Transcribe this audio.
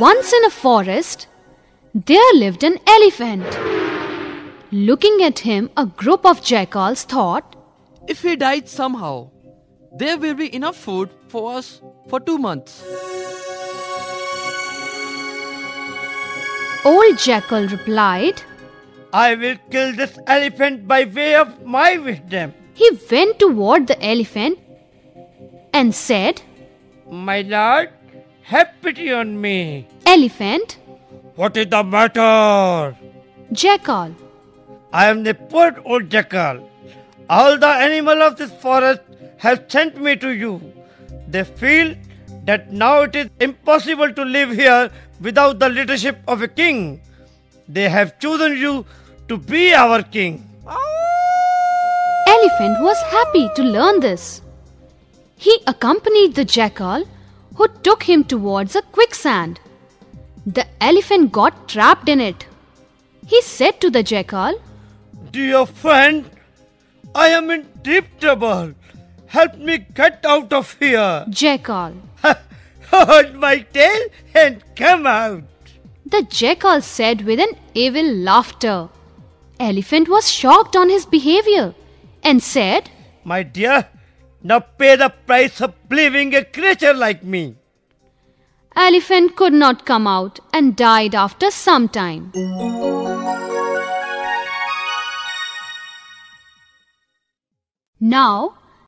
Once in a forest, there lived an elephant. Looking at him, a group of jackals thought, If we died somehow, there will be enough food for us for two months. Old Jackal replied, I will kill this elephant by way of my wisdom. He went toward the elephant and said, My lord, have pity on me. Elephant, What is the matter? Jackal, I am the poor old jackal. All the animals of this forest have sent me to you. They feel that now it is impossible to live here without the leadership of a king. They have chosen you to be our king. Elephant was happy to learn this. He accompanied the jackal, who took him towards a quicksand. The elephant got trapped in it. He said to the jackal, Dear friend, I am in deep trouble. Help me get out of here. Jackal. Hold my tail and come out. The jackal said with an evil laughter. Elephant was shocked on his behavior and said, My dear, now pay the price of believing a creature like me. Elephant could not come out and died after some time. Now,